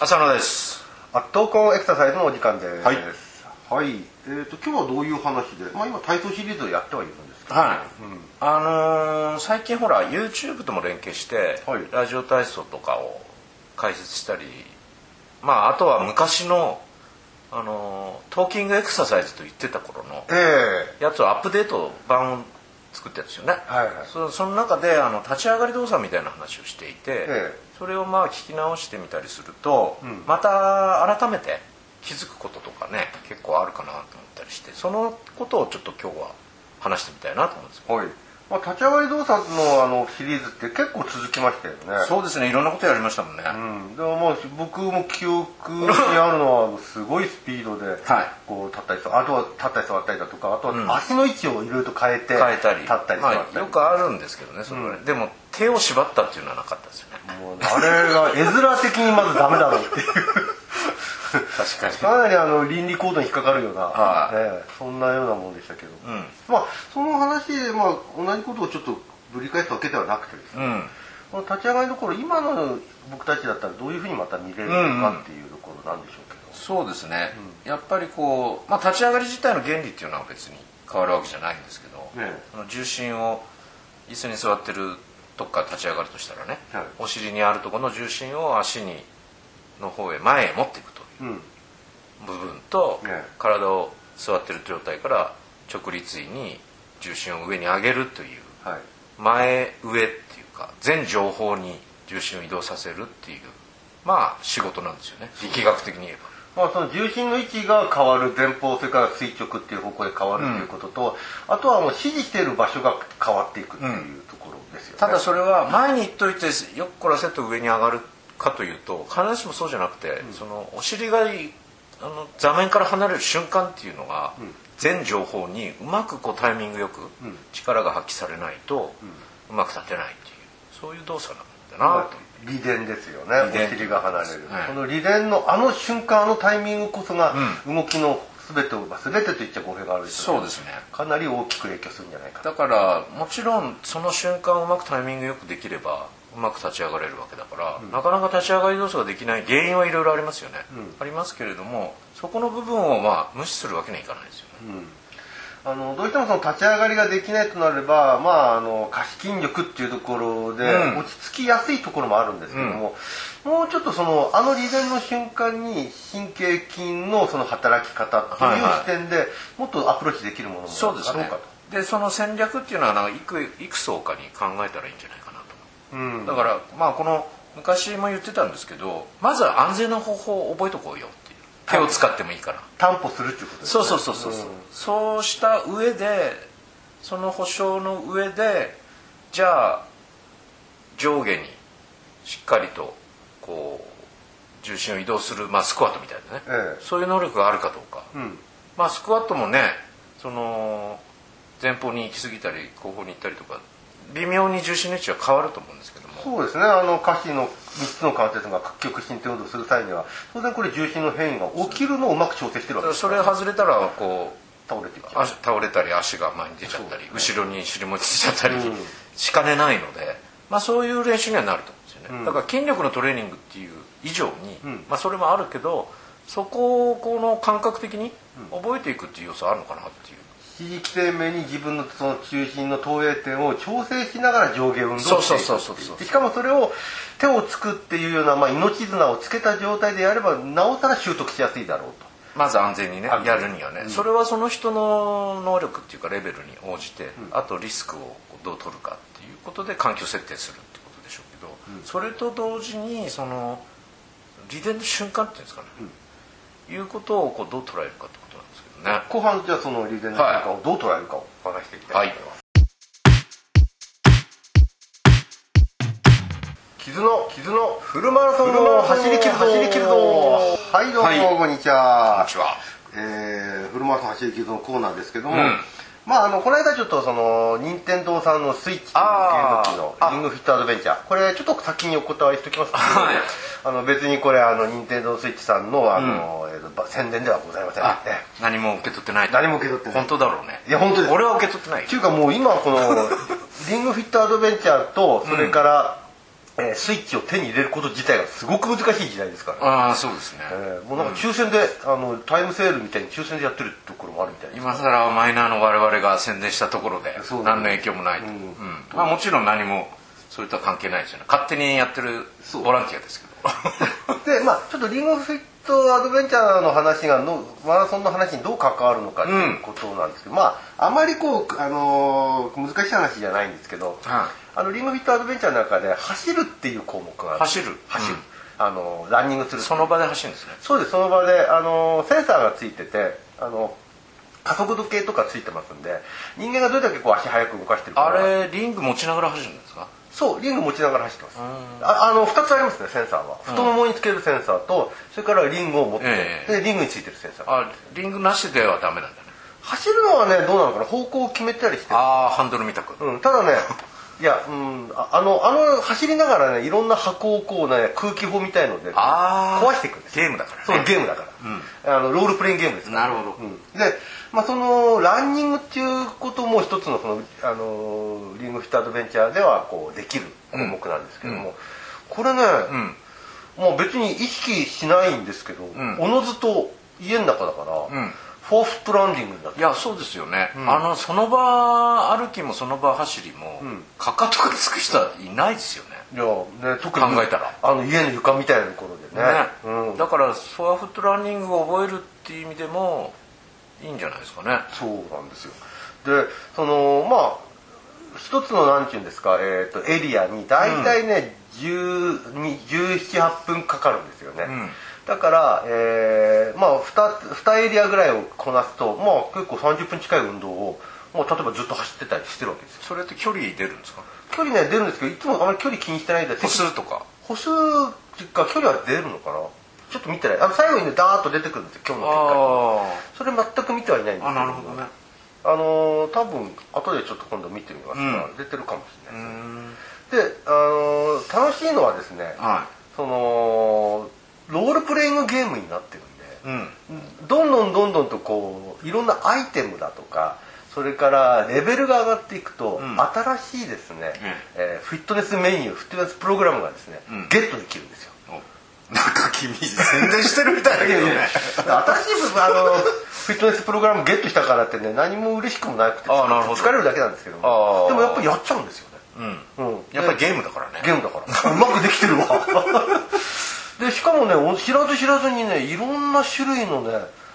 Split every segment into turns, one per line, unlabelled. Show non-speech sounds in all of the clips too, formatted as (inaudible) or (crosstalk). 浅野です
あ投稿エクササイズのお時間です。
はい
はい。えっ、と今日はどういう話で、まあ今体操シリーズをやってはいるんですけ
はい、あのー最近ほら YouTube とも連携して、
はい
ラジオ体操とかを解説したりまああとは昔のあのートーキングエクササイズと言ってた頃の
ど。え
やつをアップデート版を作ってるんですよね、
はいはい
そその中であの立ち上がり動作みたいな話をしていて、
ええ
それをまあ聞き直してみたりすると、
ん
また改めて気づくこととかね結構あるかなと思ったりしてそのことをちょっと今日は話してみたいなと思うんですよ
えはい。まあ立ち上がり動作のあのシリーズって結構続きましたよね。
そうですねいろんなことやりましたもんね、
うん、でもまあ僕も記憶にあるのはすごいスピードで
はい
こう立ったりとあとは立ったり座ったりだとかあとは足の位置をいろいろと変えて
変えたり
立ったり座っ
は
た
い、よ
り、
くあるんですけどねそれはね、でも手を縛ったっていうのはなかったですよね
もうあれが絵面的にまずダメだろうっていう
確かに
かなりあの倫理行動に引っかかるような、
はい
ええそんなようなものでしたけど、
ん
まあその話で、まあ、同じことをちょっとぶり返すわけではなくてですね、
うん
この立ち上がりの頃今の僕たちだったらどういうふうにまた見れるのかっていうところなんでしょうけど、
そうですね、やっぱりこう、まあ、立ち上がり自体の原理っていうのは別に変わるわけじゃないんですけど、
ええ
あの重心を椅子に座ってるとこから立ち上がるとしたらね、
はい
お尻にあるところの重心を足にの方へ前へ持っていくという
うん
部分と、
ええ
体を座ってる状態から直立位に重心を上に上げるという
はい
前上っていうか全情報に重心を移動させるっていうまあ仕事なんですよね力学的に言えば。
まあ、その重心の位置が変わる前方それから垂直っていう方向へ変わるということと、あとはもう指示している場所が変わっていくっていうところですよね、
ただそれは前に行っといてよっこらせと上に上がるかというと必ずしもそうじゃなくて、そのお尻がいあの座面から離れる瞬間っていうのが、全情報にうまくこうタイミングよく力が発揮されないと、うまく立てないっていうそういう動作なんだなと、
利伝ですよね
利伝
お尻が離れる、
はい
この利伝のあの瞬間あのタイミングこそが動きの全てを、まあ、全てと言っちゃ語弊があるですけど
そうですね
かなり大きく影響するんじゃないかな
だからもちろんその瞬間うまくタイミングよくできればうまく立ち上がれるわけだから、なかなか立ち上がり動作ができない原因はいろいろありますよね、ありますけれどもそこの部分をまあ無視するわけにはいかないですよね、
あのどうしてもその立ち上がりができないとなれば、まあ、あの下肢筋力っていうところで
うん
落ち着きやすいところもあるんですけども、もうちょっとそのあの利点の瞬間に神経筋のその働き方って
はい
いう
はい
視点でもっとアプローチできるものもあ
そう
る
で
だ
す
ろう
ね
かと。
でその戦略っていうのはなんかいくいく層かに考えたらいいんじゃないかなと
うん
だからまあこの昔も言ってたんですけどまずは安全な方法を覚えとこうよっていう手を使ってもいいから、
担保するっていうことです
そうそうそうそうそう、そうした上でその保証の上でじゃあ上下にしっかりとこう重心を移動する、まあ、スクワットみたいなね、
ええ
そういう能力があるかどうか、
うん
まあスクワットもねその前方に行き過ぎたり後方に行ったりとか微妙に重心の位置は変わると思うんですけども
そうですねあの下肢の3つの関節が屈曲伸展運動をする際には当然これ重心の変異が起きるのをうまく調整してるわけで
だから
す
それ外れたらこう
倒れていっちゃう
足倒れたり足が前に出ちゃったり、
そう
後ろに尻もちついちゃったり
うん
しかねないので、まあ、そういう練習にはなると思うんですよね、だから筋力のトレーニングっていう以上に、
ん
まあ、それもあるけどそこをこの感覚的に覚えていくっていう要素あるのかなっていう
地域生命に自分のその中心の投影点を調整しながら上下運動をしていく
そうそうそうそうそう
でしかもそれを手をつくっていうような、まあ、命綱をつけた状態でやればなおさら習得しやすいだろうと
まず安全にね
安全
やるにはね、それはその人の能力っていうかレベルに応じて、あとリスクをどう取るかっていうことで環境設定するってことでしょうけど、それと同時にその利点の瞬間っていうんですかね、いうことをこうどう捉えるかってことなんですけどね。
後半じゃあそのリレーの瞬間をどう捉えるかをお話していきたいと思います、傷の傷のフルマラソンの走り切るぞ走り切るぞはいどうも、
はい
こんにちは
こんにちは
えー、フルマラソン走り切るぞのコーナーですけども、
うん
まあ、あのこの間ちょっとその任天堂さんのスイッチという
あー
ゲーム機のリングフィットアドベンチャーこれちょっと先にお答えしておきますけど、
はい
あの別にこれあの任天堂スイッチさんのあの、えーとば宣伝ではございませんの
あ
で、ね、
何も受け取ってない
何も受け取ってない
本当だろうね
いや本当です
俺は受け取ってない
(laughs) っていうかもう今このリングフィットアドベンチャーとそれから、えースイッチを手に入れること自体がすごく難しい時代ですから、
ああそうですね、
えーもうなんか抽選で、あのタイムセールみたいに抽選でやってるところもあるみたいな
今更マイナーの我々が宣伝したところで
そう
何の影響もないと、
うん
うんまあ、もちろん何もそれとは関係ないですよね勝手にやってるボランティアですけど (laughs)
でまあちょっとリンゴフィットアドベンチャーの話がのマラソンの話にどう関わるのかっていうことなんですけど、まああまりこう、あのー難しい話じゃないんですけど、
はい
あのリンゴフィットアドベンチャーの中で走るっていう項目がある
走る
走る
うん、
あのーランニングする
その場で走るんですね
そうですその場で、あのーセンサーがついててあの加速度計とかついてますんで人間がどれだけこう足速く動かしてるか
あ
が
れリング持ちながら走るんですか
そうリング持ちながら走ってますああの2つありますねセンサーは太ももにつけるセンサーと、それからリングを持って、
ええ
でリングについてるセンサー
あリングなしではダメなんだね
走るのはねどうなのかな方向を決めたりしてる、
ああハンドル見たく
うん、ただねいや、うん、ああのあの走りながらねいろんな箱をこうね空気砲みたいので
あー
壊していくんです
ゲームだから
そう
ね
ゲームだから、あのロールプレイングゲームですから
なるほど
うんで、まあ、そのランニングっていうことも一つのその、あのーリングフィットアドベンチャーではこうできる項目なんですけども、これね、
ん
もう別に意識しないんですけど、
ん
おのずと家の中だから、
うん
フォーフットランディングになって
いやそうですよね、あのその場歩きもその場走りも、かかとがつく人はいないですよね
いや、ね、特に
考えたら
あの家の床みたいなところでね
ね、
うん、
だからフォアフットランニングを覚えるっていう意味でもいいんじゃないですかね
そうなんですよでそのまあ一つのなんていうんですか、えー、とエリアに大体ね、1718分かかるんですよね、
ん
だから、えーまあ 2, 2エリアぐらいをこなすと、まあ、結構30分近い運動をもう例えばずっと走ってたりしてるわけですよ
それって距離出るんですか
距離ね出るんですけどいつもあまり距離気にしてないんで
歩数とか
歩数か距離は出るのかなちょっと見てないあの最後にねダーッと出てくるんですよ今日の結果
あ
それ全く見てはいないんです
あ
け
なるほどね
あのー多分後でちょっと今度見てみますが、
うん
出てるかもしれな
う
いですね、
ん
で、あのー楽しいのはですね
は
そのロールプレイングゲームになってるんで
いうん
どんどんどんどんとこういろんなアイテムだとかそれからレベルが上がっていくと、
ん
新しいですね、えーフィットネスメニューフィットネスプログラムがですね、
ん
ゲットできるんですよ
おなんか君宣伝してるみたいだけどね
新しい部分あ
(laughs)
のフィットネスプログラムゲットしたからってね何も嬉しくもなくて
あーなるほど
疲れるだけなんですけど
あ
も
ー
でもやっぱりやっちゃうんですよね、
うん
うん、
やっぱりゲームだからね
ゲームだからうまくできて
(laughs)
るわでしかもねお知らず知らずにねいろんな種類のね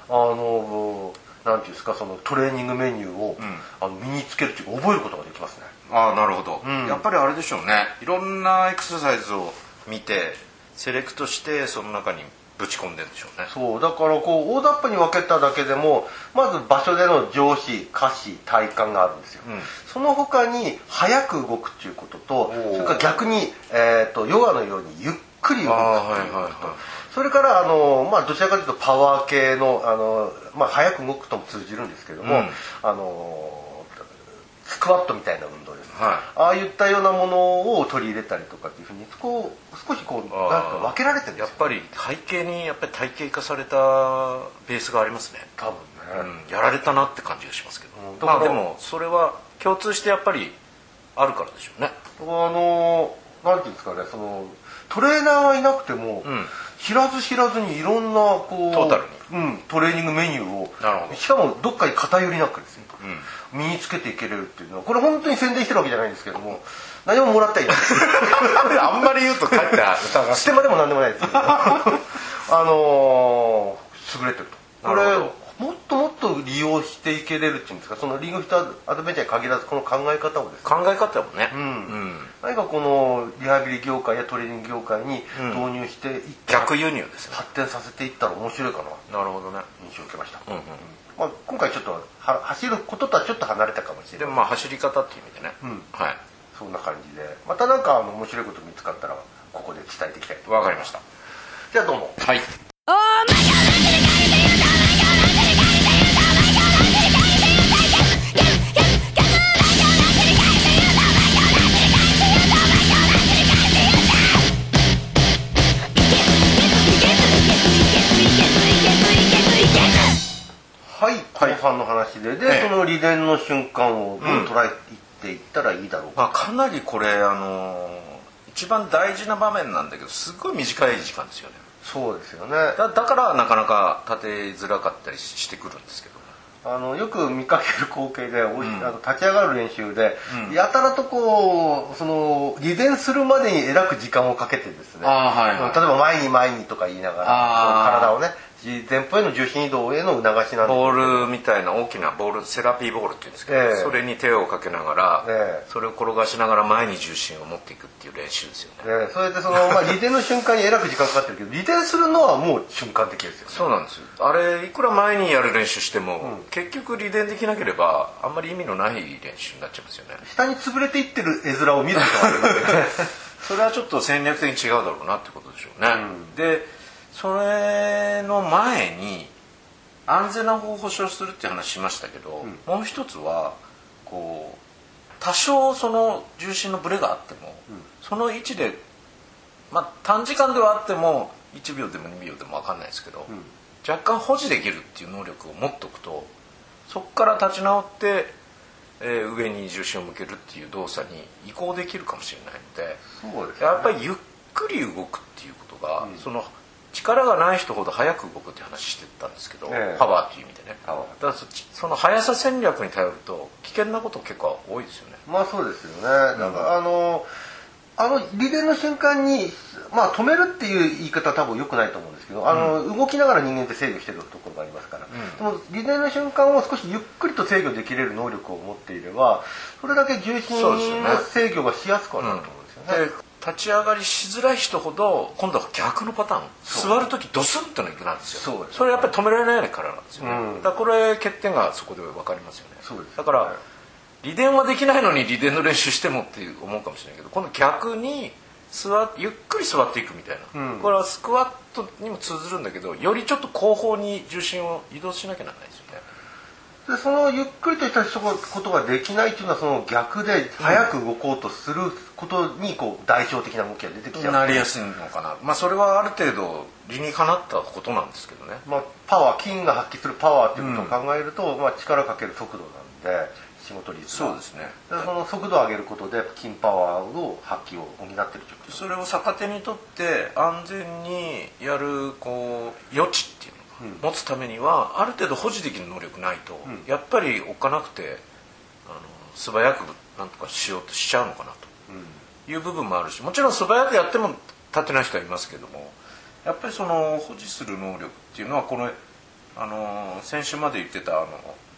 あのなんていうんですかそのトレーニングメニューを、あの身につけるっていうか覚えることができますね
ああなるほど、
ん
やっぱりあれでしょうねいろんなエクササイズを見てセレクトしてその中にぶち込んでんでしょうね
そうだからこう大雑把に分けただけでもまず場所での上肢下肢体幹があるんですよ、
ん
その他に速く動くっていうことと
おー
それから逆に、えー、とヨガのようにゆっくり動くっていう
あーはいはい
こ
は
とそれからあの、まあ、どちらかというとパワー系のあの、まあ、速く動くとも通じるんですけども、
うん
あのスクワットみたいな運動ですね、
は
ああいったようなものを取り入れたりとかっていうふうにこう少しこうなん
あー
か分けられてるんです
や
よ
っぱり背景にやっぱり体系化されたベースがありますね
多分ね、
うん、やられたなって感じがしますけど、
うんだか
ま
ら
あでもそれは共通してやっぱりあるからでしょうね
あのなんていうんですかねそのトレーナーはいなくても、
ん
知らず知らずにいろんなこう
トータル
うん、トレーニングメニューを
なるほど
しかもどっかに偏りなくですね、身につけていけれるっていうのはこれ本当に宣伝してるわけじゃないんですけども何ももらったりない
(laughs) あんまり言うと帰って疑
ステマでも何でもないですけ
(laughs)
どあのー優れてるとこれ
なるほど
もっともっと利用していけれるっていうんですかそのリングフィットアドベンチャーに限らずこの考え方をですね
考え方もね、
ん
うん
何かこのリハビリ業界やトレーニング業界に導入していって、
逆輸入ですね
発展させていったら面白いかなと
なるほどね
印象を受けました、
うんうん
まあ、今回ちょっとは走ることとはちょっと離れたかもしれ
で
ない
もまあ走り方っていう意味でね、は
そんな感じでまた何かあの面白いこと見つかったらここで伝えていきたい
い
と
わかりました
じゃあどうも
はい
はい後半の話で、で、
ええ
その利伝の瞬間をどう捉えていったらいいだろうか、
まあ、かなりこれ、あのー一番大事な場面なんだけどすっごい短い時間ですよね
そうですよね
だだからなかなか立てづらかったりししてくるんですけど
あのよく見かける光景で、おいあの立ち上がる練習で、やたらとこうその偽善するまでにえらく時間をかけてですね
あーはいはい
うん例えば前に前にとか言いながら
あー
体をね前方への重心移動への促しなんで
ボールみたいな大きなボールセラピーボールっていうんですけど、
ええ
それに手をかけながら、
ええ
それを転がしながら前に重心を持っていくっていう練習ですよね
ねそれでその、まあ、利点の瞬間にえらく時間かかってるけど利点するのはもう瞬間的ですよね
そうなんですよあれいくら前にやる練習しても、結局利点できなければあんまり意味のない練習になっちゃいますよね
下に潰れていってる絵面を見るとあるので
(laughs) それはちょっと戦略的に違うだろうなってことでしょうね、でそれの前に安全な方を保証するっていう話しましたけど、もう一つはこう多少その重心のブレがあっても、その位置で、まあ、短時間ではあっても1秒でも2秒でも分かんないですけど、若干保持できるっていう能力を持っておくとそこから立ち直って、えー上に重心を向けるっていう動作に移行できるかもしれないので。
そう
(laughs)
ですよ
や
ね
っぱりゆっくり動くっていうことが、その力がない人ほど早く動くって話してたんですけど、
ええ
パワーっていう意味でね
パワー
だからそっちその速さ戦略に頼ると危険なこと結構多いですよね
まあそうですよね。だから、あの、あの、リレーの瞬間に、まあ止めるっていう言い方は多分良くないと思うんですけど、あの、動きながら人間って制御してるところがありますから、でも、リレーの瞬間を少しゆっくりと制御できれる能力を持っていれば、それだけ重心
そうですよね
の制御がしやすくはなると思うんですよね。
で立ち上がりしづらい人ほど今度は逆のパターン座る時ドスンとのいくなんですよ
そうです
それやっぱり止められないからなんですよね、
うん
だからこれ欠点がそこで分かりますよね
そうですね
だから利電はできないのに利電の練習してもって思うかもしれないけど今度逆に座ゆっくり座っていくみたいな、
うん
これはスクワットにも通ずるんだけどよりちょっと後方に重心を移動しなきゃならないですよね
でそのゆっくりとしたことができないっていうのはその逆で早く動こうとすることにこう代表的な動きが出てきちゃう
なりやすいのかな、まあ、それはある程度理にかなったことなんですけどね
まあ、パワー筋が発揮するパワーということを考えると、まあ、力かける速度なんで仕事率が
そうですね
でその速度を上げることで筋パワーを発揮を補ってる状況
それを逆手にとって安全にやるこう余地っていうのを持つためにはある程度保持できる能力ないと、やっぱりおっかなくてあの素早くなんとかしようとしちゃうのかなという部分もあるしもちろん素早くやっても立てない人はいますけどもやっぱりその保持する能力っていうのはこのあの先週まで言ってたあの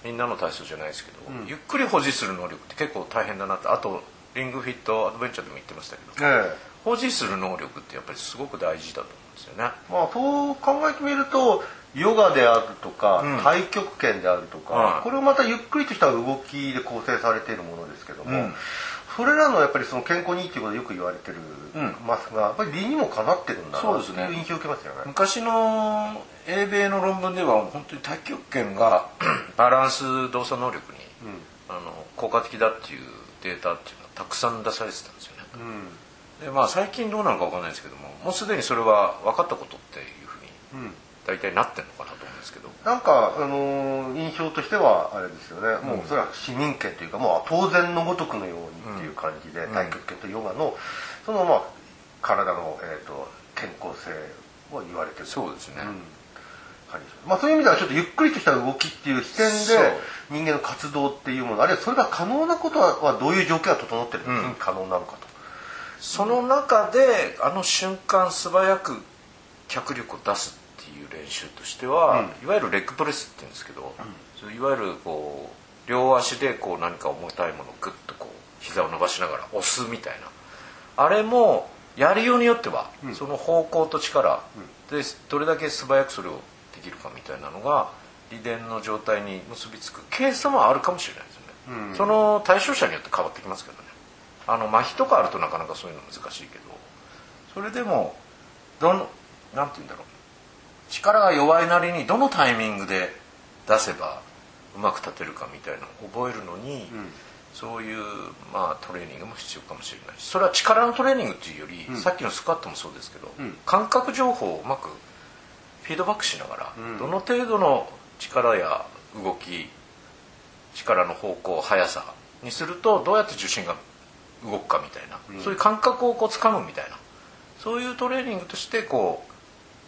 みんなの体操じゃないですけど、ゆっくり保持する能力って結構大変だなってあとリングフィットアドベンチャーでも言ってましたけど、
ええ
保持する能力ってやっぱりすごく大事だと思うんですよね。
まあ、そう考えてみるとヨガであるとか、
うん
太極拳であるとか、
はい
これもまたゆっくりとした動きで構成されているものですけども、
うん
それらのやっぱりその健康にいいということでよく言われてる
うん
ますが、やっぱり理にもかなってるんだ
そう
な
です
と
ね
いう印象を受けますよね。
昔の英米の論文では本当に太極拳が (clears throat) バランス動作能力に、あの効果的だっていうデータっていうのはたくさん出されてたんですよね。
うん
でまあ最近どうなのかわかんないですけどももうすでにそれは分かったことっていうふうに
うん
大体なってるのかなと思うんですけど。
なんか、あのー印象としてはあれですよね、もうそれは市民権というか、もう当然のごとくのようにっていう感じで、太極拳とヨガのその、まあ、体の、えー、と健康性を言われてる
そうですね。
感じですまあ、そういう意味ではちょっとゆっくりとした動きっていう視点
そう
で人間の活動っていうものあるいはそれが可能なことははどういう条件が整ってる時に可能なのかと、
その中であの瞬間素早く脚力を出すっていう練習としては、いわゆるレッグプレスって言うんですけど、そういわゆるこう両足でこう何か重たいものをグッとこう膝を伸ばしながら押すみたいなあれもやりようによっては、その方向と力でどれだけ素早くそれをできるかみたいなのが利電の状態に結びつくケースもあるかもしれないですよね、その対象者によって変わってきますけどねあの麻痺とかあるとなかなかそういうの難しいけどそれでもどのなんて言うんだろう力が弱いなりにどのタイミングで出せばうまく立てるかみたいなのを覚えるのに、そういう、まあ、トレーニングも必要かもしれないしそれは力のトレーニングというより、さっきのスクワットもそうですけど、感覚情報をうまくフィードバックしながら、どの程度の力や動き力の方向速さにするとどうやって重心が動くかみたいな、そういう感覚をこう掴むみたいなそういうトレーニングとしてこ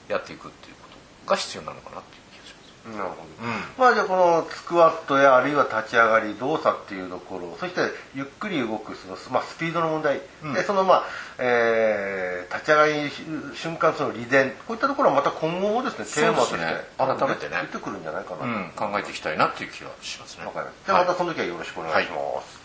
うやっていくっていうことが必要なのかなっていう気がします。
なるほど、
うん
まあじゃあこのスクワットやあるいは立ち上がり動作っていうところそしてゆっくり動くその、まあ、スピードの問題、でそのまあ、えー立ち上がりし瞬間その利点こういったところはまた今後もですねテーマとして
そうですね
改め
改め
て
てね
出てくるんじゃないかなと、
うん、考えていきたいなっていう気はしますね。
わかりましたじゃあまたその時はよろしくお願いします、